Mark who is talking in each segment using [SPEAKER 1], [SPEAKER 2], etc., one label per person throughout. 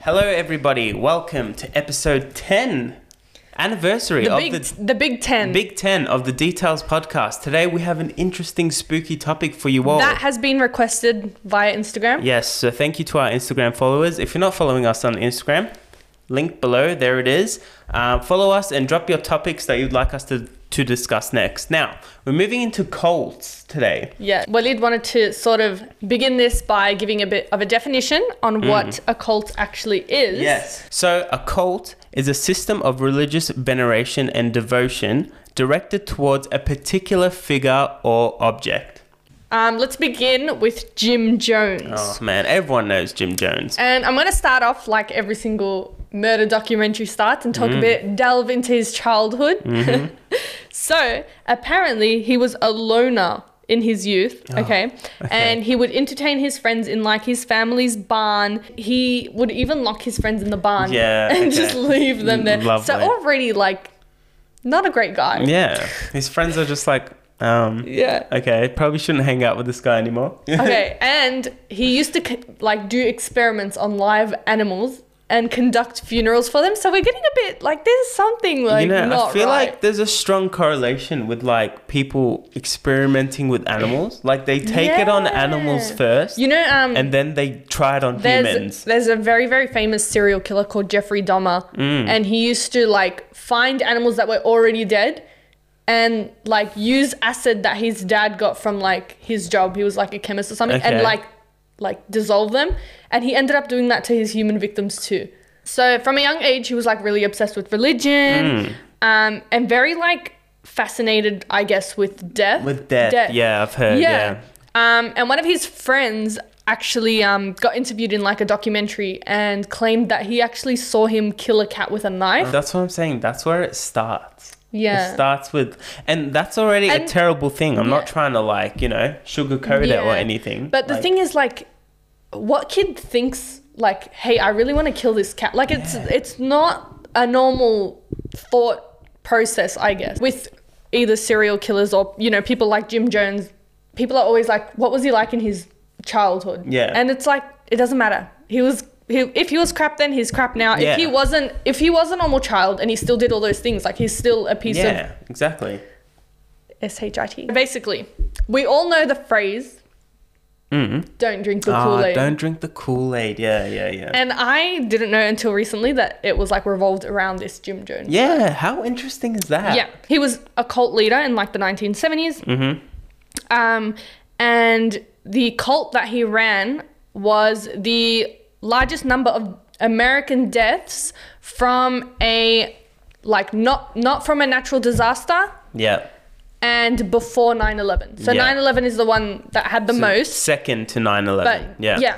[SPEAKER 1] Hello, everybody. Welcome to episode 10 anniversary
[SPEAKER 2] The
[SPEAKER 1] of
[SPEAKER 2] big,
[SPEAKER 1] the
[SPEAKER 2] the, big ten.
[SPEAKER 1] Big 10 of the Details podcast. Today, we have an interesting, spooky topic for you all.
[SPEAKER 2] That has been requested via Instagram.
[SPEAKER 1] yes, so thank you to our Instagram followers. If you're not following us on Instagram, link below, there it is. Uh, follow us and drop your topics that you'd like us to, to discuss next. Now, we're moving into colds today.
[SPEAKER 2] Yeah. Walid wanted to sort of begin this by giving a bit of a definition on what
[SPEAKER 1] Mm-hmm.
[SPEAKER 2] a cult actually is.
[SPEAKER 1] So, a cult is a system of religious veneration and devotion directed towards a particular figure or object.
[SPEAKER 2] Um, let's begin with Jim Jones.
[SPEAKER 1] Oh man, everyone knows Jim Jones.
[SPEAKER 2] And I'm going to start off like every single murder documentary starts and talk
[SPEAKER 1] Mm.
[SPEAKER 2] a bit, delve into his childhood.
[SPEAKER 1] Mm-hmm.
[SPEAKER 2] so, apparently, he was a loner in his youth,
[SPEAKER 1] Ah,
[SPEAKER 2] okay? And he would entertain his friends in like his family's barn. He would even lock his friends in the barn
[SPEAKER 1] Yeah,
[SPEAKER 2] and
[SPEAKER 1] okay.
[SPEAKER 2] just leave them there. So,
[SPEAKER 1] Lovely.
[SPEAKER 2] already, like, not a great guy.
[SPEAKER 1] Yeah, his friends are just like, um,
[SPEAKER 2] Yeah.
[SPEAKER 1] okay, probably shouldn't hang out with this guy anymore.
[SPEAKER 2] okay, and he used to c- like do experiments on live animals and conduct funerals for them. So we're getting a bit like there's something like
[SPEAKER 1] you know,
[SPEAKER 2] not
[SPEAKER 1] I feel
[SPEAKER 2] right.
[SPEAKER 1] like there's a strong correlation with like people experimenting with animals. Like they take it on animals
[SPEAKER 2] Yeah.
[SPEAKER 1] first,
[SPEAKER 2] you know, um,
[SPEAKER 1] and then they try it on
[SPEAKER 2] there's
[SPEAKER 1] humans.
[SPEAKER 2] there's a very very famous serial killer called Jeffrey Dahmer,
[SPEAKER 1] Mm.
[SPEAKER 2] and he used to like find animals that were already dead. And like use acid that his dad got from like his job. He was like a chemist or something,
[SPEAKER 1] Okay.
[SPEAKER 2] and like like dissolve them and he ended up doing that to his human victims too so from a young age he was like really obsessed with
[SPEAKER 1] Mm.
[SPEAKER 2] religion um, and very like fascinated i guess with death
[SPEAKER 1] With death, yeah, I've heard, yeah.
[SPEAKER 2] Um, and one of his friends actually um, got interviewed in like a documentary and claimed that he actually saw him kill a cat with a knife
[SPEAKER 1] That's what I'm saying. That's where it starts.
[SPEAKER 2] Yeah.
[SPEAKER 1] It starts with, and that's already a
[SPEAKER 2] And-
[SPEAKER 1] terrible thing. I'm
[SPEAKER 2] Yeah.
[SPEAKER 1] not trying to like, you know, sugarcoat it or
[SPEAKER 2] Yeah.
[SPEAKER 1] anything.
[SPEAKER 2] But the
[SPEAKER 1] Like,
[SPEAKER 2] thing is, like, what kid thinks like, "Hey, I really want to kill this cat"? Like, it's it's not a normal thought process, I guess. With either serial killers or you know people like Jim Jones, people are always like, "What was he like in his childhood?"
[SPEAKER 1] Yeah.
[SPEAKER 2] and it's like it doesn't matter. He was. He, if he was crap then he's crap now
[SPEAKER 1] Yeah.
[SPEAKER 2] if he wasn't if he was a normal child and he still did all those things like he's still a piece of
[SPEAKER 1] yeah, exactly.
[SPEAKER 2] S-H-I-T. Basically, we all know the phrase, don't drink the
[SPEAKER 1] Ah,
[SPEAKER 2] Kool-Aid.
[SPEAKER 1] don't drink the Kool Aid. Yeah, yeah, yeah.
[SPEAKER 2] And I didn't know until recently that it was like revolved around this Jim Jones.
[SPEAKER 1] yeah, how interesting is that?
[SPEAKER 2] Yeah. He was a cult leader in like the 1970s. Mm-hmm. Um, and the cult that he ran was the largest number of American deaths from a like not not from a natural disaster
[SPEAKER 1] Yeah.
[SPEAKER 2] and before 9/11. So
[SPEAKER 1] Yeah.
[SPEAKER 2] 9/11 is the one that had the
[SPEAKER 1] So
[SPEAKER 2] most.
[SPEAKER 1] Second to 9 11.
[SPEAKER 2] but
[SPEAKER 1] Yeah.
[SPEAKER 2] yeah.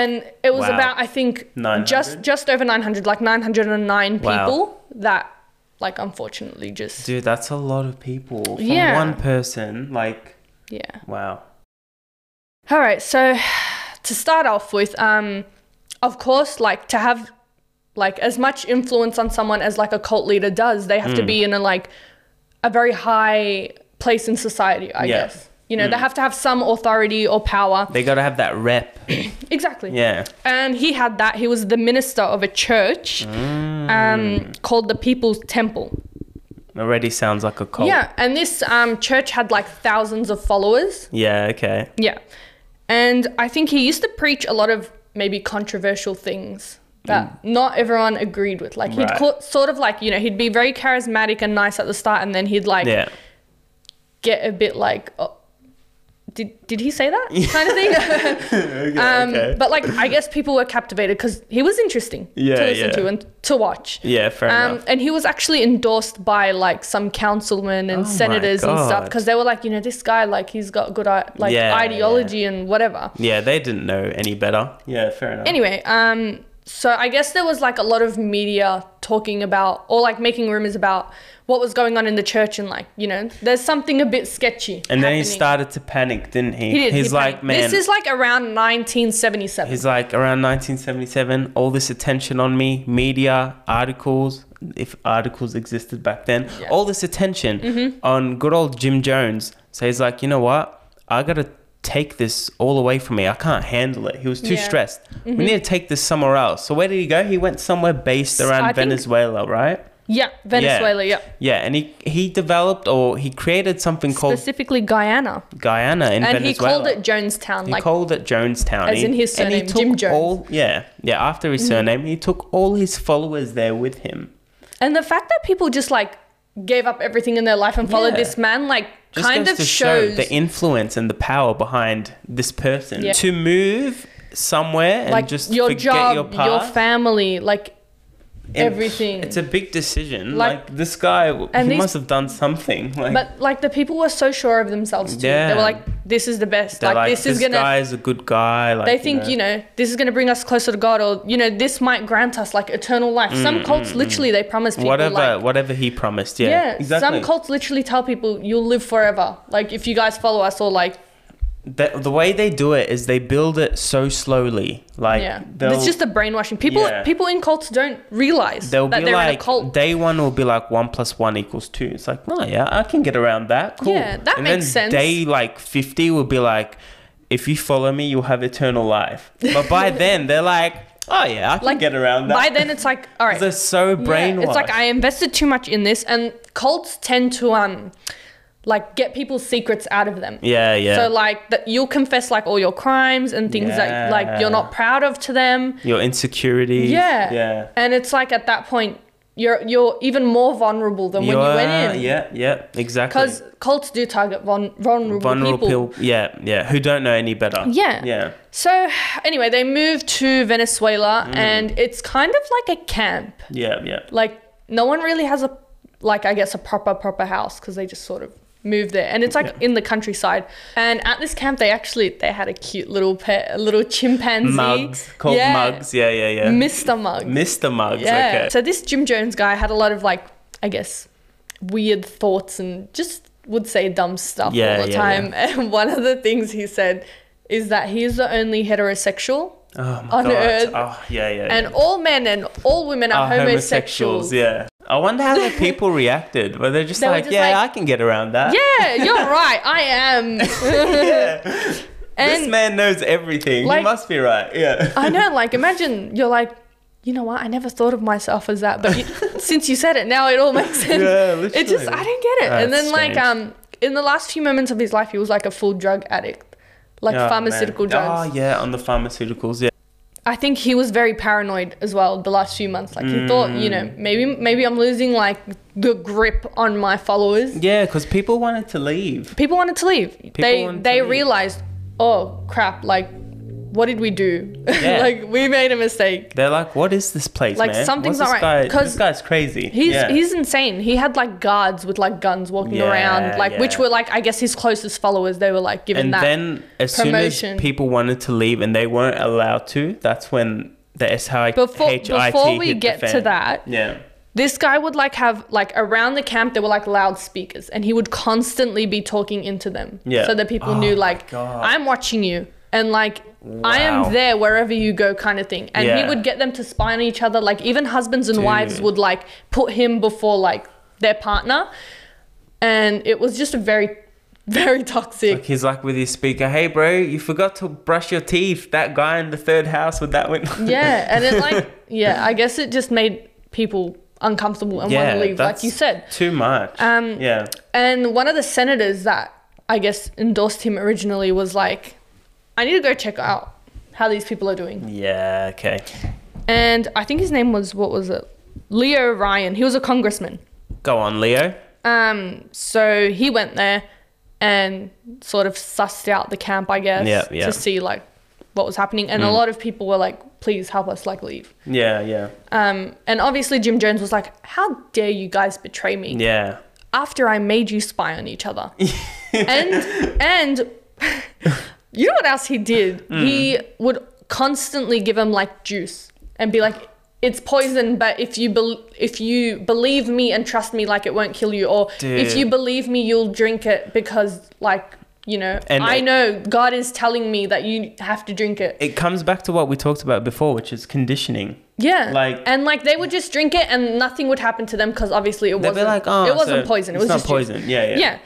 [SPEAKER 2] And it was
[SPEAKER 1] Wow.
[SPEAKER 2] about I think
[SPEAKER 1] 900?
[SPEAKER 2] just just over 900 like 909
[SPEAKER 1] Wow.
[SPEAKER 2] people that like unfortunately just
[SPEAKER 1] Dude, that's a lot of people. From
[SPEAKER 2] Yeah.
[SPEAKER 1] one person, like,
[SPEAKER 2] yeah.
[SPEAKER 1] wow.
[SPEAKER 2] All right, so to start off with um of course like to have like as much influence on someone as like a cult leader does, they have
[SPEAKER 1] Mm.
[SPEAKER 2] to be in a like a very high place in society, I
[SPEAKER 1] Yeah. Mm.
[SPEAKER 2] guess. You know, they have to have some authority or power.
[SPEAKER 1] They gotta have that rep.
[SPEAKER 2] Exactly.
[SPEAKER 1] yeah.
[SPEAKER 2] And he had that. He was the minister of a church
[SPEAKER 1] Mm.
[SPEAKER 2] um, called the People's Temple.
[SPEAKER 1] Already sounds like a cult.
[SPEAKER 2] Yeah, and this um, church had like thousands of followers.
[SPEAKER 1] Yeah, okay.
[SPEAKER 2] Yeah. And I think he used to preach a lot of maybe controversial things that not everyone agreed with. Like he'd
[SPEAKER 1] Mm. Right.
[SPEAKER 2] co- sort of like, you know, he'd be very charismatic and nice at the start and then he'd like
[SPEAKER 1] Yeah.
[SPEAKER 2] get a bit like oh, did, did he say that kind of thing? Um, But like, I guess people were captivated because he was interesting
[SPEAKER 1] Yeah,
[SPEAKER 2] to listen
[SPEAKER 1] yeah.
[SPEAKER 2] to and to watch.
[SPEAKER 1] yeah, fair
[SPEAKER 2] Um,
[SPEAKER 1] enough.
[SPEAKER 2] and he was actually endorsed by like some councilmen and
[SPEAKER 1] Oh my
[SPEAKER 2] senators and stuff
[SPEAKER 1] God.
[SPEAKER 2] because they were like, you know, this guy like he's got good i- like
[SPEAKER 1] Yeah,
[SPEAKER 2] ideology and whatever.
[SPEAKER 1] Yeah, they didn't know any better. Yeah, fair enough.
[SPEAKER 2] Anyway, um, so I guess there was like a lot of media talking about or like making rumors about what was going on in the church and like you know, there's something a bit sketchy.
[SPEAKER 1] and then he
[SPEAKER 2] happening.
[SPEAKER 1] started to panic, didn't he?
[SPEAKER 2] He did,
[SPEAKER 1] he's
[SPEAKER 2] he
[SPEAKER 1] like,
[SPEAKER 2] panicked.
[SPEAKER 1] man.
[SPEAKER 2] this is like around 1977.
[SPEAKER 1] He's like around 1977, all this attention on me, media, articles, if articles existed back then,
[SPEAKER 2] Yeah. Mm-hmm.
[SPEAKER 1] all this attention on good old Jim Jones. So he's like, you know what? I gotta take this all away from me. I can't handle it. He was too
[SPEAKER 2] Yeah. Mm-hmm.
[SPEAKER 1] stressed. We need to take this somewhere else. So where did he go? He went somewhere based around
[SPEAKER 2] I think-
[SPEAKER 1] Venezuela, right?
[SPEAKER 2] Yeah, Venezuela. Yeah,
[SPEAKER 1] Yeah, and he he developed or he created something called
[SPEAKER 2] specifically Guyana,
[SPEAKER 1] Guyana in
[SPEAKER 2] and
[SPEAKER 1] Venezuela.
[SPEAKER 2] he called it Jonestown.
[SPEAKER 1] He
[SPEAKER 2] like
[SPEAKER 1] called it Jonestown.
[SPEAKER 2] as
[SPEAKER 1] He-
[SPEAKER 2] in his
[SPEAKER 1] and he
[SPEAKER 2] surname, Jim
[SPEAKER 1] took
[SPEAKER 2] Jones. Mm-hmm.
[SPEAKER 1] All, yeah, yeah. After his surname, he took all his followers there with him.
[SPEAKER 2] And the fact that people just like gave up everything in their life and followed
[SPEAKER 1] Yeah.
[SPEAKER 2] this man, like,
[SPEAKER 1] Just
[SPEAKER 2] kind
[SPEAKER 1] goes
[SPEAKER 2] of
[SPEAKER 1] to show
[SPEAKER 2] shows.
[SPEAKER 1] the influence and the power behind this person
[SPEAKER 2] Yeah.
[SPEAKER 1] to move somewhere and
[SPEAKER 2] like
[SPEAKER 1] just
[SPEAKER 2] your
[SPEAKER 1] forget
[SPEAKER 2] job,
[SPEAKER 1] your
[SPEAKER 2] your,
[SPEAKER 1] past.
[SPEAKER 2] family, like
[SPEAKER 1] And
[SPEAKER 2] everything.
[SPEAKER 1] It's a big decision. Like,
[SPEAKER 2] Like-
[SPEAKER 1] this guy,
[SPEAKER 2] and
[SPEAKER 1] he
[SPEAKER 2] these-
[SPEAKER 1] must have done something. Like,
[SPEAKER 2] but like the people were so sure of themselves too. They
[SPEAKER 1] Yeah.
[SPEAKER 2] were like, "This is the best.
[SPEAKER 1] they're
[SPEAKER 2] Like,
[SPEAKER 1] like,
[SPEAKER 2] this, is gonna."
[SPEAKER 1] guy's a good guy. Like,
[SPEAKER 2] they think you know. this is gonna bring us closer to God, or you know, this might grant us like eternal life. Some cults literally they promise people
[SPEAKER 1] Mm, whatever,
[SPEAKER 2] like
[SPEAKER 1] whatever he promised. Yeah,
[SPEAKER 2] Yeah,
[SPEAKER 1] exactly.
[SPEAKER 2] some cults literally tell people you'll live forever. Like if you guys follow us, or like
[SPEAKER 1] the, the way they do it is they build it so slowly. Like,
[SPEAKER 2] yeah,
[SPEAKER 1] they'll-
[SPEAKER 2] it's just a brainwashing. People
[SPEAKER 1] Yeah.
[SPEAKER 2] people in cults don't realize
[SPEAKER 1] They'll
[SPEAKER 2] that
[SPEAKER 1] be
[SPEAKER 2] they're in
[SPEAKER 1] like
[SPEAKER 2] a cult.
[SPEAKER 1] day one will be like one plus one equals two. It's like, no, yeah, I can get around that. Cool.
[SPEAKER 2] Yeah, that
[SPEAKER 1] and
[SPEAKER 2] makes
[SPEAKER 1] then
[SPEAKER 2] sense.
[SPEAKER 1] Day like fifty will be like, if you follow me, you'll have eternal life. But by then they're like, oh yeah, I can
[SPEAKER 2] Like,
[SPEAKER 1] get around that.
[SPEAKER 2] By then, it's like all right.
[SPEAKER 1] they're so brainwashed.
[SPEAKER 2] Yeah, it's like I invested too much in this, and cults tend to um, like get people's secrets out of them.
[SPEAKER 1] yeah, yeah.
[SPEAKER 2] So like that you'll confess like all your crimes and things that like you're not proud of to them.
[SPEAKER 1] Your insecurities.
[SPEAKER 2] Yeah.
[SPEAKER 1] Yeah.
[SPEAKER 2] And it's like at that point you're you're even more vulnerable than when you went in.
[SPEAKER 1] Yeah, yeah, exactly.
[SPEAKER 2] Because cults do target vul- vulnerable,
[SPEAKER 1] vulnerable
[SPEAKER 2] people.
[SPEAKER 1] people. Yeah, yeah. Who don't know any better.
[SPEAKER 2] Yeah.
[SPEAKER 1] Yeah.
[SPEAKER 2] So anyway, they moved to Venezuela,
[SPEAKER 1] Mm.
[SPEAKER 2] and it's kind of like a camp.
[SPEAKER 1] Yeah. Yeah.
[SPEAKER 2] like no one really has a like i guess a proper proper house because they just sort of move there and it's like
[SPEAKER 1] Yeah.
[SPEAKER 2] in the countryside and at this camp they actually they had a cute little pet a little chimpanzee
[SPEAKER 1] Mugs called
[SPEAKER 2] Yeah.
[SPEAKER 1] mugs. Yeah, yeah, yeah.
[SPEAKER 2] mr mug
[SPEAKER 1] Mr. Mugs.
[SPEAKER 2] yeah
[SPEAKER 1] Okay.
[SPEAKER 2] so this jim jones guy had a lot of like i guess weird thoughts and just would say dumb stuff
[SPEAKER 1] Yeah,
[SPEAKER 2] all the
[SPEAKER 1] yeah,
[SPEAKER 2] time and one of the things he said is that he is the only heterosexual
[SPEAKER 1] Oh my
[SPEAKER 2] on
[SPEAKER 1] god.
[SPEAKER 2] Earth.
[SPEAKER 1] Oh yeah, yeah.
[SPEAKER 2] and all men and all women are,
[SPEAKER 1] yeah. Are
[SPEAKER 2] homosexuals,
[SPEAKER 1] Yeah. I wonder how the people reacted. Were they just
[SPEAKER 2] They were
[SPEAKER 1] like,
[SPEAKER 2] just
[SPEAKER 1] yeah,
[SPEAKER 2] like-
[SPEAKER 1] I can get around that.
[SPEAKER 2] Yeah, you're right. I am.
[SPEAKER 1] This
[SPEAKER 2] And-
[SPEAKER 1] man knows everything. he
[SPEAKER 2] Like-
[SPEAKER 1] must be right. Yeah.
[SPEAKER 2] I know. Like, imagine you're like, you know what? I never thought of myself as that, but you, since you said it, now it all makes sense.
[SPEAKER 1] Yeah,
[SPEAKER 2] It just,
[SPEAKER 1] literally.
[SPEAKER 2] I don't get it. and
[SPEAKER 1] That's
[SPEAKER 2] then, like,
[SPEAKER 1] strange.
[SPEAKER 2] um, in the last few moments of his life, he was like a full drug addict, like
[SPEAKER 1] Oh, man.
[SPEAKER 2] pharmaceutical drugs.
[SPEAKER 1] Oh yeah, on the pharmaceuticals. Yeah.
[SPEAKER 2] I think he was very paranoid as well the last few months. Like, he thought,
[SPEAKER 1] Mm.
[SPEAKER 2] you know, maybe, maybe I'm losing like the grip on my followers.
[SPEAKER 1] Yeah, because people wanted to leave.
[SPEAKER 2] people wanted to leave. they
[SPEAKER 1] wanted to
[SPEAKER 2] they
[SPEAKER 1] leave.
[SPEAKER 2] realized, oh crap, like what did we do?
[SPEAKER 1] Yeah.
[SPEAKER 2] like we made a mistake.
[SPEAKER 1] They're like, what is this place,
[SPEAKER 2] Like,
[SPEAKER 1] man?
[SPEAKER 2] something's
[SPEAKER 1] What's
[SPEAKER 2] not
[SPEAKER 1] this guy-
[SPEAKER 2] right,
[SPEAKER 1] This
[SPEAKER 2] 'cause
[SPEAKER 1] guy's crazy.
[SPEAKER 2] He's
[SPEAKER 1] yeah.
[SPEAKER 2] he's insane. He had like guards with like guns walking
[SPEAKER 1] Yeah,
[SPEAKER 2] around, like which
[SPEAKER 1] yeah.
[SPEAKER 2] were like I guess his closest followers. They were like given
[SPEAKER 1] and
[SPEAKER 2] that.
[SPEAKER 1] then as soon
[SPEAKER 2] promotion.
[SPEAKER 1] as people wanted to leave and they weren't allowed to, that's when the SHIT
[SPEAKER 2] Before-
[SPEAKER 1] hit
[SPEAKER 2] before we
[SPEAKER 1] the
[SPEAKER 2] get to
[SPEAKER 1] fan.
[SPEAKER 2] that,
[SPEAKER 1] Yeah.
[SPEAKER 2] this guy would like have like around the camp there were like loudspeakers and he would constantly be talking into them.
[SPEAKER 1] Yeah.
[SPEAKER 2] So that people
[SPEAKER 1] Oh
[SPEAKER 2] knew
[SPEAKER 1] my
[SPEAKER 2] like
[SPEAKER 1] God.
[SPEAKER 2] I'm watching you and like
[SPEAKER 1] Wow.
[SPEAKER 2] I am there wherever you go kind of thing. And
[SPEAKER 1] Yeah.
[SPEAKER 2] he would get them to spy on each other. Like even husbands and wives
[SPEAKER 1] Dude.
[SPEAKER 2] would like put him before like their partner. And it was just a very very toxic.
[SPEAKER 1] Like he's like with his speaker, hey bro, you forgot to brush your teeth. That guy in the third house with that one.
[SPEAKER 2] Yeah. And it like yeah, I guess it just made people uncomfortable and want to leave, like you
[SPEAKER 1] that's
[SPEAKER 2] said.
[SPEAKER 1] Too much.
[SPEAKER 2] Um,
[SPEAKER 1] yeah.
[SPEAKER 2] And one of the senators that I guess endorsed him originally was like, I need to go check out how these people are doing.
[SPEAKER 1] Yeah, okay.
[SPEAKER 2] And I think his name was, what was it? Leo Ryan. He was a congressman.
[SPEAKER 1] Go on, Leo.
[SPEAKER 2] Um, so he went there and sort of sussed out the camp, I guess,
[SPEAKER 1] Yeah, yeah. Mm.
[SPEAKER 2] to see like what was happening. And a lot of people were like, please help us, like leave.
[SPEAKER 1] Yeah, yeah.
[SPEAKER 2] Um, and obviously Jim Jones was like, how dare you guys betray me?
[SPEAKER 1] Yeah.
[SPEAKER 2] after I made you spy on each other. and and you know what else he did?
[SPEAKER 1] Hmm.
[SPEAKER 2] He would constantly give him like juice and be like it's poison, but if you bel if you believe me and trust me, like it won't kill you. Or if
[SPEAKER 1] Dude.
[SPEAKER 2] you believe me, you'll drink it because, like, you know,
[SPEAKER 1] And
[SPEAKER 2] I
[SPEAKER 1] it-
[SPEAKER 2] know God is telling me that you have to drink it.
[SPEAKER 1] It comes back to what we talked about before, which is conditioning.
[SPEAKER 2] yeah,
[SPEAKER 1] like-
[SPEAKER 2] and like they would just drink it and nothing would happen to them because obviously it
[SPEAKER 1] They'd
[SPEAKER 2] wasn't.
[SPEAKER 1] be like, oh,
[SPEAKER 2] it wasn't
[SPEAKER 1] so
[SPEAKER 2] poison. It
[SPEAKER 1] it's
[SPEAKER 2] was
[SPEAKER 1] not
[SPEAKER 2] just juice."
[SPEAKER 1] poison. Yeah, yeah.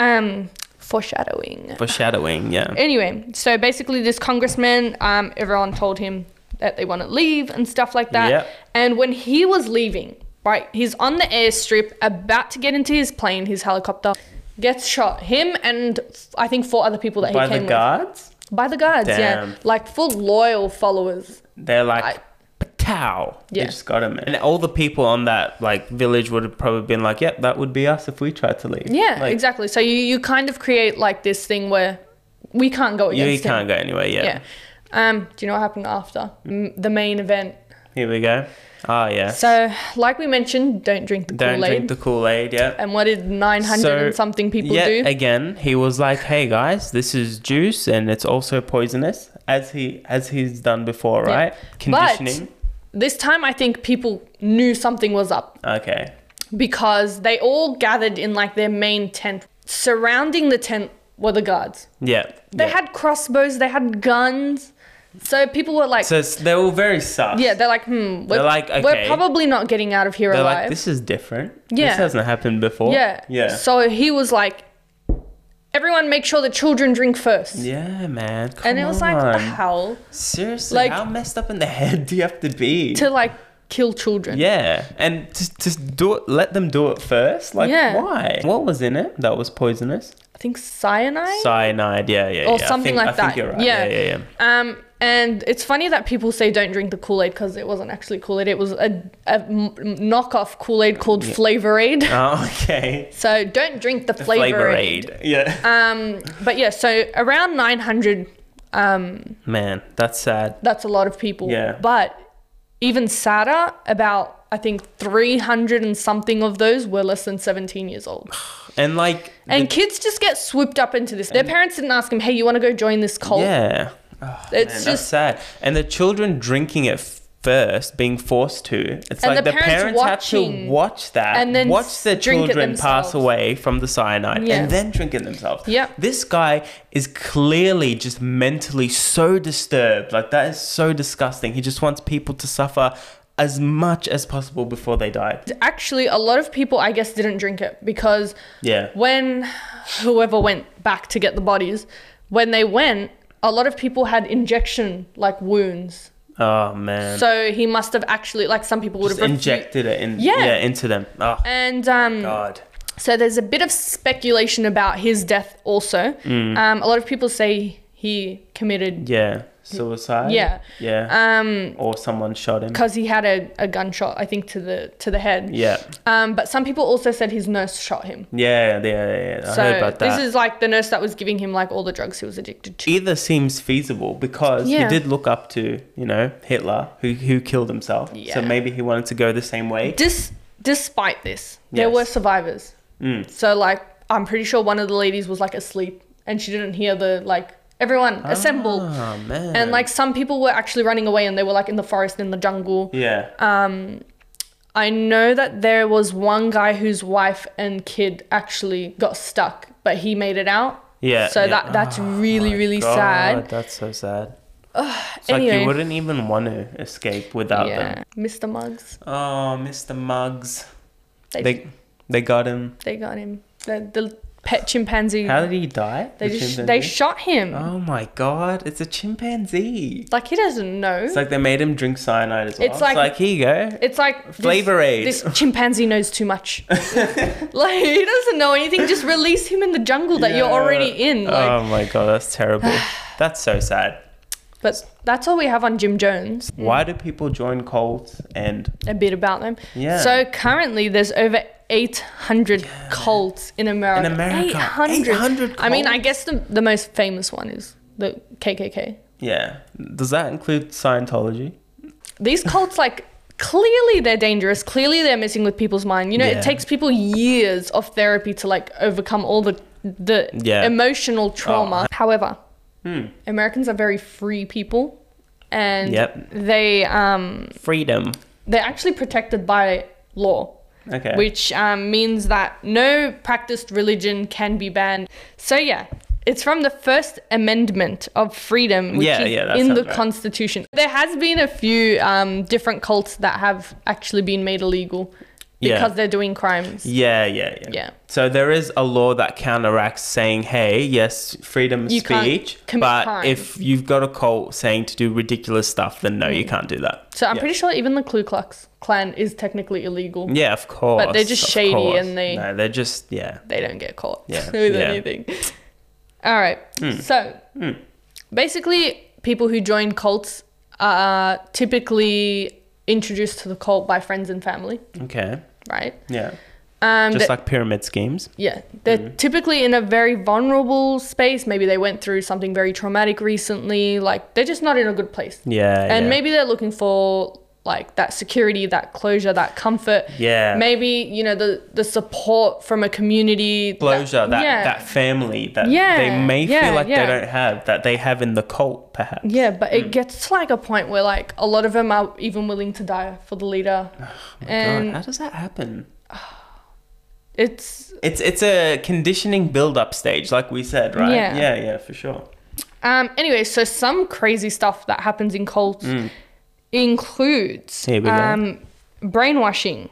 [SPEAKER 2] yeah. Um, Foreshadowing.
[SPEAKER 1] Foreshadowing, yeah.
[SPEAKER 2] Anyway, so basically, this congressman, um, everyone told him that they want to leave and stuff like that.
[SPEAKER 1] Yep.
[SPEAKER 2] And when he was leaving, right, he's on the airstrip, about to get into his plane, his helicopter, gets shot. Him and I think four other people that
[SPEAKER 1] By
[SPEAKER 2] he came
[SPEAKER 1] the
[SPEAKER 2] with.
[SPEAKER 1] guards,
[SPEAKER 2] By the guards, yeah.
[SPEAKER 1] Damn.
[SPEAKER 2] Like full loyal followers.
[SPEAKER 1] they're like,
[SPEAKER 2] I-
[SPEAKER 1] Patow.
[SPEAKER 2] Yeah.
[SPEAKER 1] They just got him. And all the people on that like village would have probably been like, yep, that would be us if we tried to leave.
[SPEAKER 2] Yeah,
[SPEAKER 1] Like,
[SPEAKER 2] exactly. So you, you kind of create like this thing where we can't go
[SPEAKER 1] You,
[SPEAKER 2] against him.
[SPEAKER 1] can't go anywhere, yeah.
[SPEAKER 2] Yeah. Um, do you know what happened after M- the main event?
[SPEAKER 1] Here we go. Ah, yeah.
[SPEAKER 2] So, like we mentioned, don't drink the
[SPEAKER 1] Don't
[SPEAKER 2] Kool Aid.
[SPEAKER 1] drink the Kool Aid, yeah.
[SPEAKER 2] and what did 900 and something people
[SPEAKER 1] yet
[SPEAKER 2] do?
[SPEAKER 1] again he was like hey guys this is juice and it's also poisonous as he as he's done before
[SPEAKER 2] Yeah.
[SPEAKER 1] right conditioning
[SPEAKER 2] This time, I think people knew something was up
[SPEAKER 1] okay
[SPEAKER 2] because they all gathered in like their main tent. Surrounding the tent were the guards.
[SPEAKER 1] yeah
[SPEAKER 2] They
[SPEAKER 1] yeah.
[SPEAKER 2] had crossbows, they had guns. So people were like,
[SPEAKER 1] so it's, they were very sus
[SPEAKER 2] yeah, they're like, hmm, we're,
[SPEAKER 1] They're like,
[SPEAKER 2] we're
[SPEAKER 1] okay.
[SPEAKER 2] probably not getting out of here
[SPEAKER 1] they're
[SPEAKER 2] alive.
[SPEAKER 1] like this is different
[SPEAKER 2] Yeah.
[SPEAKER 1] this hasn't happened before
[SPEAKER 2] yeah.
[SPEAKER 1] yeah
[SPEAKER 2] So he was like, everyone make sure the children drink first.
[SPEAKER 1] yeah man come
[SPEAKER 2] And it was like,
[SPEAKER 1] on.
[SPEAKER 2] how?
[SPEAKER 1] seriously
[SPEAKER 2] like-
[SPEAKER 1] how messed up in the head do you have to be
[SPEAKER 2] To like kill children.
[SPEAKER 1] yeah and just just do it let them do it first like
[SPEAKER 2] Yeah.
[SPEAKER 1] why what was in it that was poisonous
[SPEAKER 2] I think cyanide.
[SPEAKER 1] cyanide yeah yeah
[SPEAKER 2] Or
[SPEAKER 1] yeah. I think-
[SPEAKER 2] something like
[SPEAKER 1] I
[SPEAKER 2] that.
[SPEAKER 1] think you're right.
[SPEAKER 2] Yeah.
[SPEAKER 1] yeah yeah, yeah.
[SPEAKER 2] Um, and it's funny that people say don't drink the Kool Aid because it wasn't actually Kool Aid. It was a, a m- knockoff Kool Aid called Flavor Aid.
[SPEAKER 1] Oh, okay.
[SPEAKER 2] So don't drink the, Flavor Aid.
[SPEAKER 1] Yeah.
[SPEAKER 2] Um, but yeah, so around 900, um,
[SPEAKER 1] Man, that's sad.
[SPEAKER 2] that's a lot of people.
[SPEAKER 1] Yeah.
[SPEAKER 2] But even sadder, about I think 300 and something of those were less than 17 years old.
[SPEAKER 1] And like,
[SPEAKER 2] And kids just get swooped up into this. Their parents didn't ask them, hey, you want to go join this cult?
[SPEAKER 1] yeah. Oh,
[SPEAKER 2] It's
[SPEAKER 1] man,
[SPEAKER 2] just-
[SPEAKER 1] that's sad. And the children drinking it f- first, being forced to. It's
[SPEAKER 2] And
[SPEAKER 1] like
[SPEAKER 2] the
[SPEAKER 1] the,
[SPEAKER 2] parents
[SPEAKER 1] parents, have
[SPEAKER 2] watching.
[SPEAKER 1] to watch that
[SPEAKER 2] And then
[SPEAKER 1] watch their
[SPEAKER 2] s- drink it
[SPEAKER 1] children pass
[SPEAKER 2] themselves.
[SPEAKER 1] away from the cyanide
[SPEAKER 2] Yeah.
[SPEAKER 1] and then drink it themselves.
[SPEAKER 2] Yep.
[SPEAKER 1] This guy is clearly just mentally so disturbed. Like that is so disgusting. He just wants people to suffer as much as possible before they die.
[SPEAKER 2] actually a lot of people i guess didn't drink it because
[SPEAKER 1] Yeah.
[SPEAKER 2] when whoever went back to get the bodies when they went a lot of people had injection like wounds
[SPEAKER 1] Oh man.
[SPEAKER 2] so he must have actually like some people would
[SPEAKER 1] Just
[SPEAKER 2] have refu-
[SPEAKER 1] injected it in
[SPEAKER 2] Yeah.
[SPEAKER 1] yeah. into them. Oh
[SPEAKER 2] and um
[SPEAKER 1] god.
[SPEAKER 2] so there's a bit of speculation about his death also
[SPEAKER 1] Mm.
[SPEAKER 2] um a lot of people say he committed
[SPEAKER 1] Yeah. Suicide.
[SPEAKER 2] Yeah.
[SPEAKER 1] Yeah.
[SPEAKER 2] um
[SPEAKER 1] or someone shot him.
[SPEAKER 2] because he had a, a gunshot i think to the to the head
[SPEAKER 1] Yeah.
[SPEAKER 2] um but some people also said his nurse shot him
[SPEAKER 1] Yeah, yeah, yeah, yeah. I heard
[SPEAKER 2] So
[SPEAKER 1] about that.
[SPEAKER 2] this is like the nurse that was giving him like all the drugs he was addicted to.
[SPEAKER 1] Either seems feasible because
[SPEAKER 2] Yeah.
[SPEAKER 1] he did look up to, you know, Hitler who who killed himself.
[SPEAKER 2] Yeah.
[SPEAKER 1] So maybe he wanted to go the same way.
[SPEAKER 2] Dis- despite this, there
[SPEAKER 1] Yes.
[SPEAKER 2] were survivors.
[SPEAKER 1] Mm.
[SPEAKER 2] So like I'm pretty sure one of the ladies was like asleep and she didn't hear the like everyone assemble.
[SPEAKER 1] Oh man.
[SPEAKER 2] And like some people were actually running away and they were like in the forest in the jungle.
[SPEAKER 1] Yeah.
[SPEAKER 2] Um I know that there was one guy whose wife and kid actually got stuck, but he made it out.
[SPEAKER 1] yeah.
[SPEAKER 2] So
[SPEAKER 1] yeah.
[SPEAKER 2] that that's
[SPEAKER 1] Oh,
[SPEAKER 2] really
[SPEAKER 1] my
[SPEAKER 2] really
[SPEAKER 1] God,
[SPEAKER 2] sad.
[SPEAKER 1] That's so sad. It's like
[SPEAKER 2] anyway.
[SPEAKER 1] you wouldn't even want to escape without
[SPEAKER 2] Yeah,
[SPEAKER 1] them.
[SPEAKER 2] Mr. Muggs,
[SPEAKER 1] Oh, Mr. Muggs.
[SPEAKER 2] they
[SPEAKER 1] They they got him.
[SPEAKER 2] They got him. The, the pet chimpanzee.
[SPEAKER 1] How did he die?
[SPEAKER 2] they
[SPEAKER 1] The
[SPEAKER 2] just they
[SPEAKER 1] chimpanzee?
[SPEAKER 2] shot him.
[SPEAKER 1] Oh my god, it's a chimpanzee.
[SPEAKER 2] Like he doesn't know.
[SPEAKER 1] It's like they made him drink cyanide as well.
[SPEAKER 2] It's
[SPEAKER 1] It's
[SPEAKER 2] like-
[SPEAKER 1] like, here you go.
[SPEAKER 2] it's like this-
[SPEAKER 1] Flavor aid.
[SPEAKER 2] This chimpanzee knows too much. like he doesn't know anything. Just release him in the jungle that you're
[SPEAKER 1] Yeah.
[SPEAKER 2] already in. Like,
[SPEAKER 1] oh my god, that's terrible. that's so sad.
[SPEAKER 2] but that's all we have on Jim Jones.
[SPEAKER 1] Why do people join cults and
[SPEAKER 2] A bit about them.
[SPEAKER 1] Yeah.
[SPEAKER 2] So currently there's over 800 cults in America.
[SPEAKER 1] In America,
[SPEAKER 2] 800.
[SPEAKER 1] 800
[SPEAKER 2] I mean, I
[SPEAKER 1] cults?
[SPEAKER 2] guess the, the most famous one is the KKK.
[SPEAKER 1] yeah? Does that include Scientology?
[SPEAKER 2] these cults like clearly they're dangerous clearly they're messing with people's mind you know
[SPEAKER 1] Yeah.
[SPEAKER 2] it takes people years of therapy to like overcome all the the
[SPEAKER 1] Yeah. Oh.
[SPEAKER 2] emotional trauma however
[SPEAKER 1] Hmm.
[SPEAKER 2] americans are very free people and
[SPEAKER 1] Yep.
[SPEAKER 2] they um
[SPEAKER 1] Freedom.
[SPEAKER 2] they're actually protected by law
[SPEAKER 1] Okay.
[SPEAKER 2] which um, means that no practiced religion can be banned. So yeah, it's from the First Amendment of Freedom, which
[SPEAKER 1] Yeah,
[SPEAKER 2] is
[SPEAKER 1] yeah, that
[SPEAKER 2] in the
[SPEAKER 1] sounds right.
[SPEAKER 2] Constitution. There has been a few um, different cults that have actually been made illegal
[SPEAKER 1] Yeah.
[SPEAKER 2] because they're doing crimes.
[SPEAKER 1] Yeah, yeah, yeah.
[SPEAKER 2] Yeah.
[SPEAKER 1] So there is a law that counteracts saying, "Hey, yes, freedom of
[SPEAKER 2] You can't
[SPEAKER 1] speech,
[SPEAKER 2] commit
[SPEAKER 1] but
[SPEAKER 2] crimes.
[SPEAKER 1] if you've got a cult saying to do ridiculous stuff, then no,
[SPEAKER 2] Mm.
[SPEAKER 1] you can't do that."
[SPEAKER 2] So I'm
[SPEAKER 1] Yeah.
[SPEAKER 2] pretty sure even the Ku Klux Klan is technically illegal.
[SPEAKER 1] Yeah, of course.
[SPEAKER 2] they're just
[SPEAKER 1] of
[SPEAKER 2] shady
[SPEAKER 1] course.
[SPEAKER 2] and they-
[SPEAKER 1] No, they're just yeah.
[SPEAKER 2] They don't get caught
[SPEAKER 1] Yeah, Hmm.
[SPEAKER 2] with
[SPEAKER 1] yeah.
[SPEAKER 2] anything. All right. So basically, people who join cults are typically introduced to the cult by friends and family,
[SPEAKER 1] Okay.
[SPEAKER 2] right?
[SPEAKER 1] Yeah.
[SPEAKER 2] Um,
[SPEAKER 1] Just Hmm.
[SPEAKER 2] they-
[SPEAKER 1] like pyramid schemes.
[SPEAKER 2] Yeah, they're typically in a very vulnerable space. Maybe they went through something very traumatic recently. Like they're just not in a good place.
[SPEAKER 1] Yeah.
[SPEAKER 2] and
[SPEAKER 1] yeah.
[SPEAKER 2] maybe they're looking for like that security, that closure, that comfort.
[SPEAKER 1] Yeah.
[SPEAKER 2] Maybe, you know, the the support from a community.
[SPEAKER 1] closure that
[SPEAKER 2] yeah.
[SPEAKER 1] that family that
[SPEAKER 2] Yeah,
[SPEAKER 1] they may
[SPEAKER 2] yeah,
[SPEAKER 1] feel like
[SPEAKER 2] yeah.
[SPEAKER 1] they don't have that they have in the cult perhaps
[SPEAKER 2] Yeah, but
[SPEAKER 1] Mm.
[SPEAKER 2] it gets to like a point where like a lot of them are even willing to die for the leader. and
[SPEAKER 1] Oh God, how does that happen
[SPEAKER 2] it's
[SPEAKER 1] it's it's a conditioning build up stage like we said right
[SPEAKER 2] Yeah.
[SPEAKER 1] yeah yeah for sure
[SPEAKER 2] um anyway, so some crazy stuff that happens in cults includes
[SPEAKER 1] Mm. Here we go. Mm.
[SPEAKER 2] um brainwashing.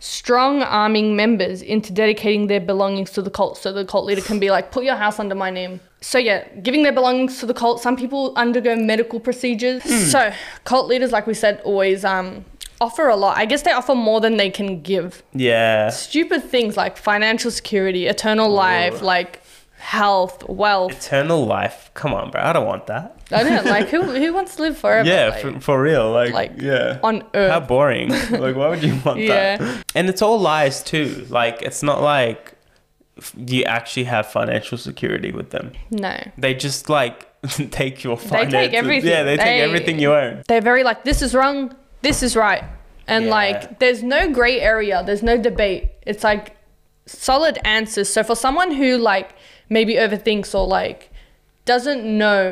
[SPEAKER 2] Strong arming members into dedicating their belongings to the cult, so the cult leader can be like, "Put your house under my name." So yeah, giving their belongings to the cult. Some people undergo medical procedures.
[SPEAKER 1] Mm.
[SPEAKER 2] So cult leaders, like we said, always um, offer a lot. I guess they offer more than they can give.
[SPEAKER 1] yeah
[SPEAKER 2] stupid things like financial security, eternal life, like health, wealth.
[SPEAKER 1] eternal life come on bro i don't want that
[SPEAKER 2] I don't know, like who who wants to live forever?
[SPEAKER 1] yeah
[SPEAKER 2] like,
[SPEAKER 1] for, for real like,
[SPEAKER 2] like,
[SPEAKER 1] yeah
[SPEAKER 2] on
[SPEAKER 1] how
[SPEAKER 2] earth.
[SPEAKER 1] boring like why would you want
[SPEAKER 2] Yeah.
[SPEAKER 1] that and it's all lies too like it's not like f- you actually have financial security with them
[SPEAKER 2] No.
[SPEAKER 1] they just like take your finances
[SPEAKER 2] everything.
[SPEAKER 1] yeah they take
[SPEAKER 2] They-
[SPEAKER 1] everything you own
[SPEAKER 2] They're very like this is wrong, this is right. And
[SPEAKER 1] Yeah.
[SPEAKER 2] like there's no gray area, there's no debate. It's like solid answers. So for someone who like maybe overthinks or like doesn't know,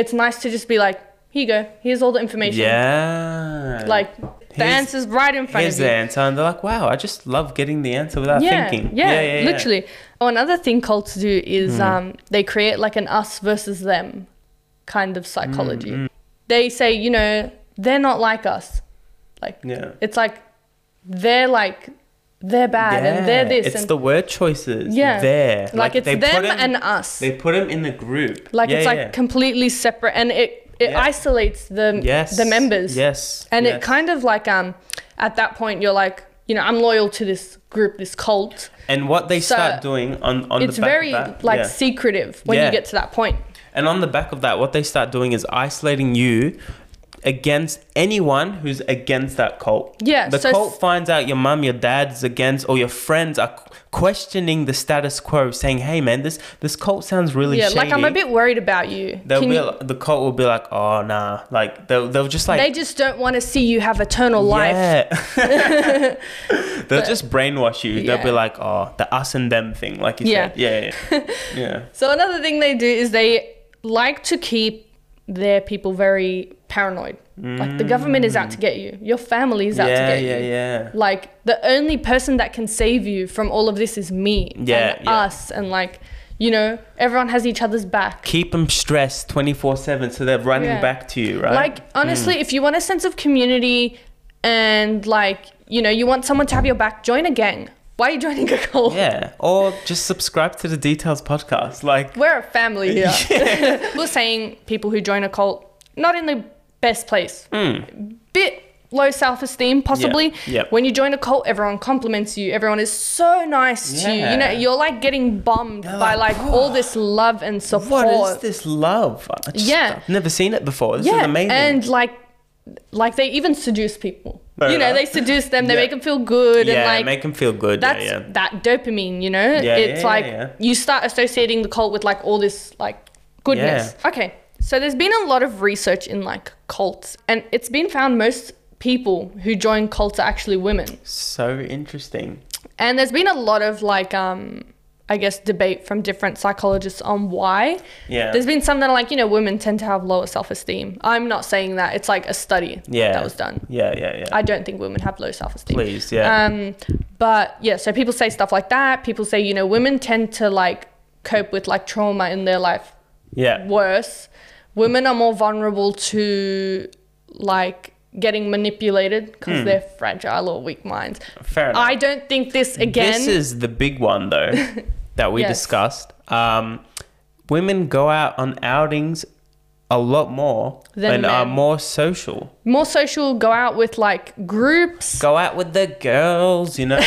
[SPEAKER 2] it's nice to just be like, here you go. Here's all the information.
[SPEAKER 1] Yeah.
[SPEAKER 2] Like the
[SPEAKER 1] Here's-
[SPEAKER 2] answer's right in front
[SPEAKER 1] here's
[SPEAKER 2] of you.
[SPEAKER 1] the answer, and they're like, "Wow, I just love getting the answer without
[SPEAKER 2] yeah,
[SPEAKER 1] thinking."
[SPEAKER 2] Yeah, literally. Oh, another thing cults do
[SPEAKER 1] Hmm.
[SPEAKER 2] is um, they create like an us versus them kind of psychology.
[SPEAKER 1] Mm,
[SPEAKER 2] They say, you know, they're not like us. Like,
[SPEAKER 1] Yeah.
[SPEAKER 2] it's like they're like, they're bad and they're this.
[SPEAKER 1] It's
[SPEAKER 2] and
[SPEAKER 1] the word choices.
[SPEAKER 2] Yeah.
[SPEAKER 1] There.
[SPEAKER 2] like, it's them
[SPEAKER 1] put 'em-
[SPEAKER 2] and us.
[SPEAKER 1] They put them in the group.
[SPEAKER 2] like,
[SPEAKER 1] Yeah,
[SPEAKER 2] it's like
[SPEAKER 1] yeah.
[SPEAKER 2] completely separate and it, it
[SPEAKER 1] Yeah.
[SPEAKER 2] isolates the,
[SPEAKER 1] yes.
[SPEAKER 2] the members.
[SPEAKER 1] Yes.
[SPEAKER 2] And it
[SPEAKER 1] yes.
[SPEAKER 2] kind of like, um, at that point, you're like, you know, I'm loyal to this group, this cult.
[SPEAKER 1] And what they
[SPEAKER 2] So,
[SPEAKER 1] start doing on on
[SPEAKER 2] It's
[SPEAKER 1] the back
[SPEAKER 2] very
[SPEAKER 1] of that,
[SPEAKER 2] like
[SPEAKER 1] yeah.
[SPEAKER 2] secretive when you
[SPEAKER 1] Yeah.
[SPEAKER 2] get to that point.
[SPEAKER 1] And on the back of that, what they start doing is isolating you against anyone who's against that cult.
[SPEAKER 2] Yeah,
[SPEAKER 1] The
[SPEAKER 2] so s-
[SPEAKER 1] cult finds out your mum, your dad's against, or your friends are qu- questioning the status quo, saying, "Hey, man, this this cult sounds really
[SPEAKER 2] yeah,
[SPEAKER 1] shady."
[SPEAKER 2] like I'm a bit worried about you.
[SPEAKER 1] They'll
[SPEAKER 2] Can
[SPEAKER 1] be
[SPEAKER 2] you-
[SPEAKER 1] li- the cult will be like, "Oh, nah," like they'll they'll just like
[SPEAKER 2] they just don't want to see you have eternal life.
[SPEAKER 1] yeah. they'll just brainwash you. They'll be
[SPEAKER 2] Yeah.
[SPEAKER 1] like, "Oh, the us and them thing," like you
[SPEAKER 2] Yeah.
[SPEAKER 1] said. Yeah, yeah, yeah.
[SPEAKER 2] So another thing they do is they like to keep their people very paranoid. Like the government is out to get you. Your family is out
[SPEAKER 1] Yeah,
[SPEAKER 2] to get
[SPEAKER 1] yeah,
[SPEAKER 2] you.
[SPEAKER 1] yeah.
[SPEAKER 2] Like the only person that can save you from all of this is me
[SPEAKER 1] Yeah,
[SPEAKER 2] and
[SPEAKER 1] yeah.
[SPEAKER 2] us and like you know everyone has each other's back.
[SPEAKER 1] Keep them stressed twenty four seven, so they're running
[SPEAKER 2] Yeah.
[SPEAKER 1] back to you, right?
[SPEAKER 2] Like
[SPEAKER 1] mm.
[SPEAKER 2] honestly, if you want a sense of community and like you know you want someone to have your back, join a gang. Why are you joining a cult?
[SPEAKER 1] Yeah, or just subscribe to the Details podcast. Like,
[SPEAKER 2] We're a family here. We're saying people who join a cult, not in the best place. Bit low self esteem, possibly.
[SPEAKER 1] Mm. yep.
[SPEAKER 2] When you join a cult, everyone compliments you. Everyone is so nice to you. You know,
[SPEAKER 1] Yeah.
[SPEAKER 2] you're like getting bummed
[SPEAKER 1] They're
[SPEAKER 2] by like
[SPEAKER 1] like,
[SPEAKER 2] all this love and support.
[SPEAKER 1] what is this love? I just-
[SPEAKER 2] Yeah.
[SPEAKER 1] I've never seen it before. This
[SPEAKER 2] Yeah,
[SPEAKER 1] is amazing.
[SPEAKER 2] and like, like they even seduce people.
[SPEAKER 1] Fair
[SPEAKER 2] you know,
[SPEAKER 1] enough.
[SPEAKER 2] they seduce them. They
[SPEAKER 1] Yeah.
[SPEAKER 2] make them feel good
[SPEAKER 1] yeah,
[SPEAKER 2] and like
[SPEAKER 1] make them feel good. Yeah,
[SPEAKER 2] that's
[SPEAKER 1] yeah.
[SPEAKER 2] that dopamine, you know?
[SPEAKER 1] Yeah,
[SPEAKER 2] it's
[SPEAKER 1] yeah,
[SPEAKER 2] like
[SPEAKER 1] yeah.
[SPEAKER 2] you start associating the cult with like all this like goodness. Okay. So there's been a lot of research in like cults and it's been found most people who join cults are actually women.
[SPEAKER 1] So interesting.
[SPEAKER 2] And there's been a lot of like um I guess debate from different psychologists on why.
[SPEAKER 1] Yeah.
[SPEAKER 2] There's been some that are like, you know, women tend to have lower self-esteem. I'm not saying that. It's like a study
[SPEAKER 1] Yeah.
[SPEAKER 2] that was done.
[SPEAKER 1] Yeah, yeah, yeah.
[SPEAKER 2] I don't think women have low self esteem.
[SPEAKER 1] Please, yeah.
[SPEAKER 2] Um, but yeah, so people say stuff like that. People say, you know, women tend to like cope with like trauma in their life
[SPEAKER 1] yeah.
[SPEAKER 2] worse. Women are more vulnerable to like getting manipulated because
[SPEAKER 1] Hmm.
[SPEAKER 2] they're fragile or weak minds.
[SPEAKER 1] Fair enough.
[SPEAKER 2] I don't think this again.
[SPEAKER 1] This is the big one though that we
[SPEAKER 2] Yes.
[SPEAKER 1] discussed. Um, women go out on outings a lot more
[SPEAKER 2] Than
[SPEAKER 1] and are
[SPEAKER 2] men.
[SPEAKER 1] more social.
[SPEAKER 2] more social go out with like groups
[SPEAKER 1] Go out with the girls, you know.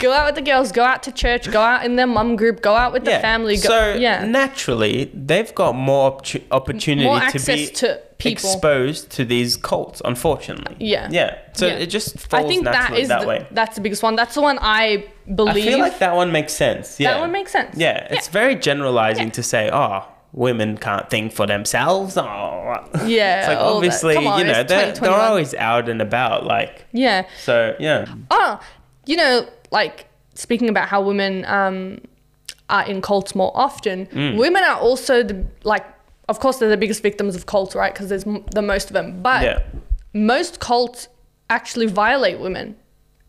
[SPEAKER 2] go out with the girls go out to church go out in their mum group go out with the family go
[SPEAKER 1] so
[SPEAKER 2] yeah
[SPEAKER 1] naturally, they've got more opportu- opportunity
[SPEAKER 2] more
[SPEAKER 1] to be
[SPEAKER 2] access to people
[SPEAKER 1] exposed to these cults. Unfortunately,
[SPEAKER 2] Yeah.
[SPEAKER 1] yeah. So
[SPEAKER 2] Yeah.
[SPEAKER 1] it just falls
[SPEAKER 2] i think that
[SPEAKER 1] naturally
[SPEAKER 2] is
[SPEAKER 1] that
[SPEAKER 2] the,
[SPEAKER 1] way.
[SPEAKER 2] that's the biggest one that's the one i
[SPEAKER 1] I
[SPEAKER 2] believe
[SPEAKER 1] feel like that one makes sense. Yeah.
[SPEAKER 2] that one makes sense
[SPEAKER 1] Yeah, it's very generalizing to say, oh, women can't think for themselves. Oh.
[SPEAKER 2] Yeah,
[SPEAKER 1] it's like
[SPEAKER 2] all that.
[SPEAKER 1] obviously,
[SPEAKER 2] Come on,
[SPEAKER 1] you know,
[SPEAKER 2] it's
[SPEAKER 1] they're, they're
[SPEAKER 2] 2021.
[SPEAKER 1] always out and about. Like,
[SPEAKER 2] yeah
[SPEAKER 1] so yeah,
[SPEAKER 2] oh you know like speaking about how women um are in cults more often
[SPEAKER 1] Mm.
[SPEAKER 2] women are also the like of course they're the biggest victims of cults right because there's m- the most of them but
[SPEAKER 1] yeah.
[SPEAKER 2] most cults actually violate women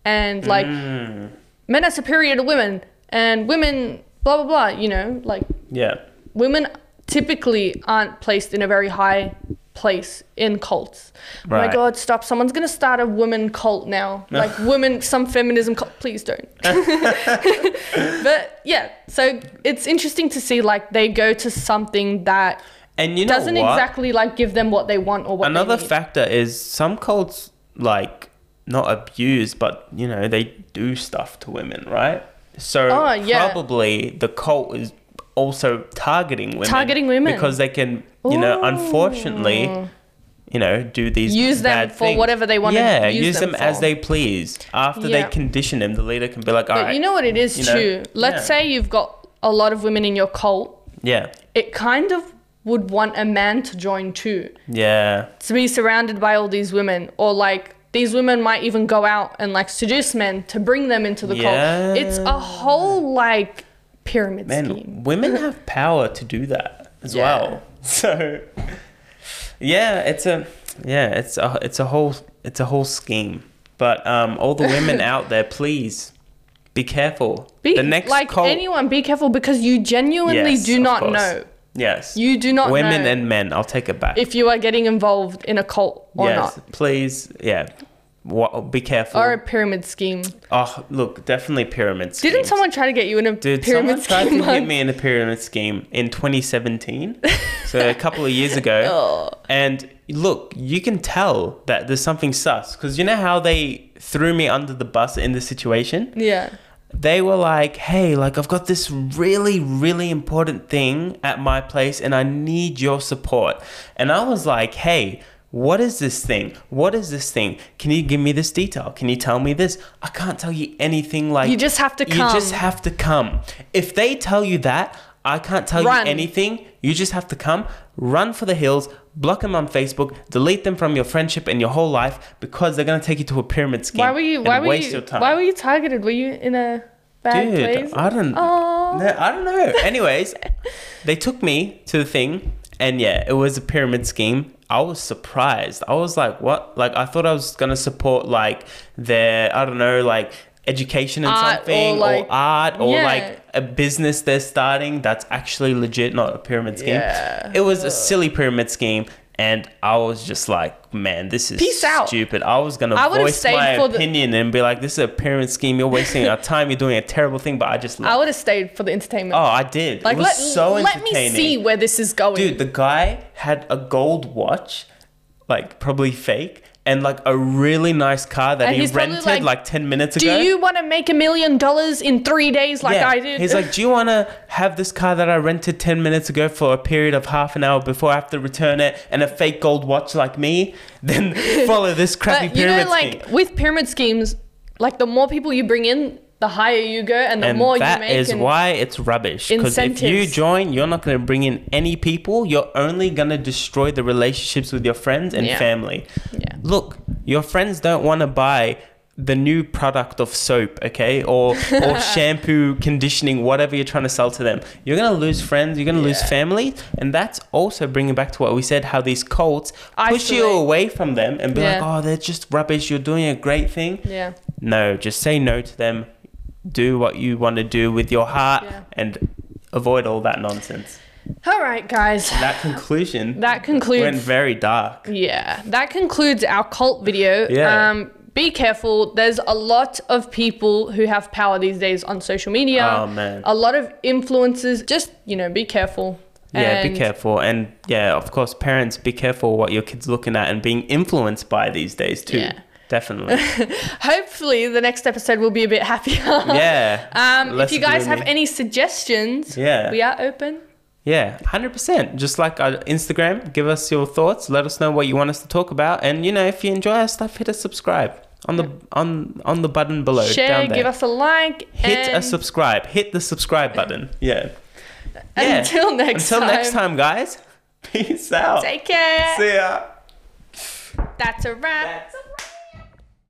[SPEAKER 2] and like
[SPEAKER 1] Mm.
[SPEAKER 2] men are superior to women and women blah blah blah you know like
[SPEAKER 1] Yeah.
[SPEAKER 2] women typically aren't placed in a very high place in cults oh
[SPEAKER 1] Right.
[SPEAKER 2] my god stop someone's gonna start a woman cult now like women some feminism cult please don't but yeah so it's interesting to see like they go to something that
[SPEAKER 1] And you know
[SPEAKER 2] doesn't
[SPEAKER 1] what?
[SPEAKER 2] exactly like give them what they want or what
[SPEAKER 1] Another
[SPEAKER 2] they need.
[SPEAKER 1] factor is some cults, like, not abuse, but, you know, they do stuff to women, right? So
[SPEAKER 2] Oh, yeah.
[SPEAKER 1] probably the cult is also targeting women.
[SPEAKER 2] Targeting women.
[SPEAKER 1] Because they can, you know, unfortunately, you know, do these
[SPEAKER 2] Use them
[SPEAKER 1] bad
[SPEAKER 2] for
[SPEAKER 1] things.
[SPEAKER 2] whatever they wanna
[SPEAKER 1] Yeah,
[SPEAKER 2] use
[SPEAKER 1] use them,
[SPEAKER 2] them
[SPEAKER 1] as
[SPEAKER 2] for.
[SPEAKER 1] they please. After they
[SPEAKER 2] Yeah.
[SPEAKER 1] condition him, the leader can be like, all
[SPEAKER 2] But
[SPEAKER 1] right,
[SPEAKER 2] you know what it is
[SPEAKER 1] you know,
[SPEAKER 2] too. Let's
[SPEAKER 1] yeah.
[SPEAKER 2] say you've got a lot of women in your cult.
[SPEAKER 1] yeah,
[SPEAKER 2] It kind of would want a man to join too,
[SPEAKER 1] yeah,
[SPEAKER 2] to be surrounded by all these women, or like these women might even go out and like seduce men to bring them into the cult. It's
[SPEAKER 1] Yeah.
[SPEAKER 2] a whole like pyramid
[SPEAKER 1] man,
[SPEAKER 2] scheme.
[SPEAKER 1] women have power to do that as
[SPEAKER 2] Yeah.
[SPEAKER 1] well. So, yeah, it's a yeah, it's a it's a whole it's a whole scheme. But um, all the women out there, please be careful.
[SPEAKER 2] Be,
[SPEAKER 1] the next
[SPEAKER 2] like
[SPEAKER 1] cult,
[SPEAKER 2] anyone, be careful because you genuinely
[SPEAKER 1] Yes,
[SPEAKER 2] do
[SPEAKER 1] of
[SPEAKER 2] not
[SPEAKER 1] course.
[SPEAKER 2] know.
[SPEAKER 1] yes,
[SPEAKER 2] You do not
[SPEAKER 1] women
[SPEAKER 2] know
[SPEAKER 1] and men. I'll take it back.
[SPEAKER 2] if you are getting involved in a cult or
[SPEAKER 1] yes,
[SPEAKER 2] not,
[SPEAKER 1] please, yeah, Wa- be careful.
[SPEAKER 2] or a pyramid scheme.
[SPEAKER 1] Oh, look, definitely pyramid schemes.
[SPEAKER 2] Didn't someone try to get you in a
[SPEAKER 1] Dude,
[SPEAKER 2] pyramid
[SPEAKER 1] someone tried
[SPEAKER 2] scheme?
[SPEAKER 1] to hit
[SPEAKER 2] once?
[SPEAKER 1] me in a pyramid scheme in 2017, so a couple of years ago.
[SPEAKER 2] Oh.
[SPEAKER 1] And look, you can tell that there's something sus because you know how they threw me under the bus in this situation.
[SPEAKER 2] Yeah.
[SPEAKER 1] They were like, "Hey, like I've got this really, really important thing at my place, and I need your support." And I was like, "Hey." What is this thing? What is this thing? Can you give me this detail? Can you tell me this? I can't tell you anything like
[SPEAKER 2] You just have to
[SPEAKER 1] you just
[SPEAKER 2] come.
[SPEAKER 1] have to come. If they tell you that, I can't tell
[SPEAKER 2] Run.
[SPEAKER 1] you anything. You just have to come, run for the hills, block them on Facebook, delete them from your friendship and your whole life because they're gonna take you to a pyramid scheme.
[SPEAKER 2] Why were you?
[SPEAKER 1] and
[SPEAKER 2] Why were
[SPEAKER 1] waste
[SPEAKER 2] you?
[SPEAKER 1] your time.
[SPEAKER 2] Why were you targeted? Were you in a bad
[SPEAKER 1] Dude,
[SPEAKER 2] place?
[SPEAKER 1] I don't.
[SPEAKER 2] Aw.
[SPEAKER 1] No, I don't know. Anyways, they took me to the thing, and yeah, it was a pyramid scheme. I was surprised. I was like, what? Like, I thought I was gonna support like their, I don't know, like education and
[SPEAKER 2] Art or,
[SPEAKER 1] something, or,
[SPEAKER 2] like-
[SPEAKER 1] art, or
[SPEAKER 2] Yeah.
[SPEAKER 1] like a business they're starting that's actually legit, not a pyramid scheme.
[SPEAKER 2] Yeah.
[SPEAKER 1] It was a silly pyramid scheme. And I was just like, man, this is
[SPEAKER 2] Peace out.
[SPEAKER 1] stupid. I was gonna
[SPEAKER 2] I would've
[SPEAKER 1] voice
[SPEAKER 2] stayed
[SPEAKER 1] my
[SPEAKER 2] for the-
[SPEAKER 1] opinion and be like, this is a pyramid scheme. You're wasting our time. You're doing a terrible thing. But I just
[SPEAKER 2] I
[SPEAKER 1] left.
[SPEAKER 2] would have stayed for the entertainment.
[SPEAKER 1] Oh, I did.
[SPEAKER 2] like
[SPEAKER 1] it was
[SPEAKER 2] let,
[SPEAKER 1] so
[SPEAKER 2] let me
[SPEAKER 1] entertaining.
[SPEAKER 2] see where this is going.
[SPEAKER 1] Dude, the guy had a gold watch, like probably fake, and like a really nice car that
[SPEAKER 2] And
[SPEAKER 1] he
[SPEAKER 2] he's probably
[SPEAKER 1] rented like,
[SPEAKER 2] like,
[SPEAKER 1] 10 minutes
[SPEAKER 2] do
[SPEAKER 1] ago.
[SPEAKER 2] you want to make a million dollars in three days like
[SPEAKER 1] yeah.
[SPEAKER 2] I did?
[SPEAKER 1] He's like, Do you want to have this car that I rented 10 minutes ago for a period of half an hour before I have to return it and a fake gold watch like me? Then follow this crappy
[SPEAKER 2] but you
[SPEAKER 1] pyramid
[SPEAKER 2] know, like
[SPEAKER 1] scheme.
[SPEAKER 2] with pyramid schemes, like the more people you bring in, the higher you go, and the
[SPEAKER 1] And
[SPEAKER 2] more
[SPEAKER 1] that
[SPEAKER 2] you make.
[SPEAKER 1] is
[SPEAKER 2] and-
[SPEAKER 1] why it's rubbish. Because if you
[SPEAKER 2] Incentives.
[SPEAKER 1] join, you're not going to bring in any people. You're only going to destroy the relationships with your friends and
[SPEAKER 2] Yeah.
[SPEAKER 1] family.
[SPEAKER 2] Yeah.
[SPEAKER 1] Look, your friends don't want to buy the new product of soap, okay, or or shampoo, conditioning, whatever you're trying to sell to them. You're going to lose friends. You're going to lose
[SPEAKER 2] Yeah.
[SPEAKER 1] family, and that's also bringing back to what we said: how these cults push you
[SPEAKER 2] Isolate.
[SPEAKER 1] away from them and be like,
[SPEAKER 2] Yeah.
[SPEAKER 1] "Oh, they're just rubbish. You're doing a great thing."
[SPEAKER 2] Yeah.
[SPEAKER 1] No, just say no to them. Do what you want to do with your heart
[SPEAKER 2] Yeah.
[SPEAKER 1] and avoid all that nonsense.
[SPEAKER 2] All right, guys.
[SPEAKER 1] That conclusion
[SPEAKER 2] That concludes.
[SPEAKER 1] went very dark.
[SPEAKER 2] Yeah, that concludes our cult video.
[SPEAKER 1] Yeah.
[SPEAKER 2] Um, be careful. There's a lot of people who have power these days on social media.
[SPEAKER 1] Oh, man.
[SPEAKER 2] A lot of influencers. Just you know, be careful.
[SPEAKER 1] Yeah,
[SPEAKER 2] And
[SPEAKER 1] be careful. And yeah, of course, parents, be careful what your kid's looking at and being influenced by these days too.
[SPEAKER 2] Yeah.
[SPEAKER 1] Definitely.
[SPEAKER 2] Hopefully, the next episode will be a bit happier.
[SPEAKER 1] Yeah.
[SPEAKER 2] Um, if
[SPEAKER 1] Less
[SPEAKER 2] you guys have
[SPEAKER 1] gloomy.
[SPEAKER 2] any suggestions,
[SPEAKER 1] Yeah.
[SPEAKER 2] we are open.
[SPEAKER 1] Yeah, 100%. Just like our Instagram, give us your thoughts, let us know what you want us to talk about, and you know, if you enjoy our stuff, hit a subscribe on the on on the button below
[SPEAKER 2] Share,
[SPEAKER 1] down there.
[SPEAKER 2] give us a like.
[SPEAKER 1] hit
[SPEAKER 2] and
[SPEAKER 1] a subscribe. Hit the subscribe button. Yeah. Yeah.
[SPEAKER 2] Until next
[SPEAKER 1] Until
[SPEAKER 2] time.
[SPEAKER 1] next time, guys. Peace out.
[SPEAKER 2] Take care.
[SPEAKER 1] See ya.
[SPEAKER 2] That's a wrap.
[SPEAKER 1] That's a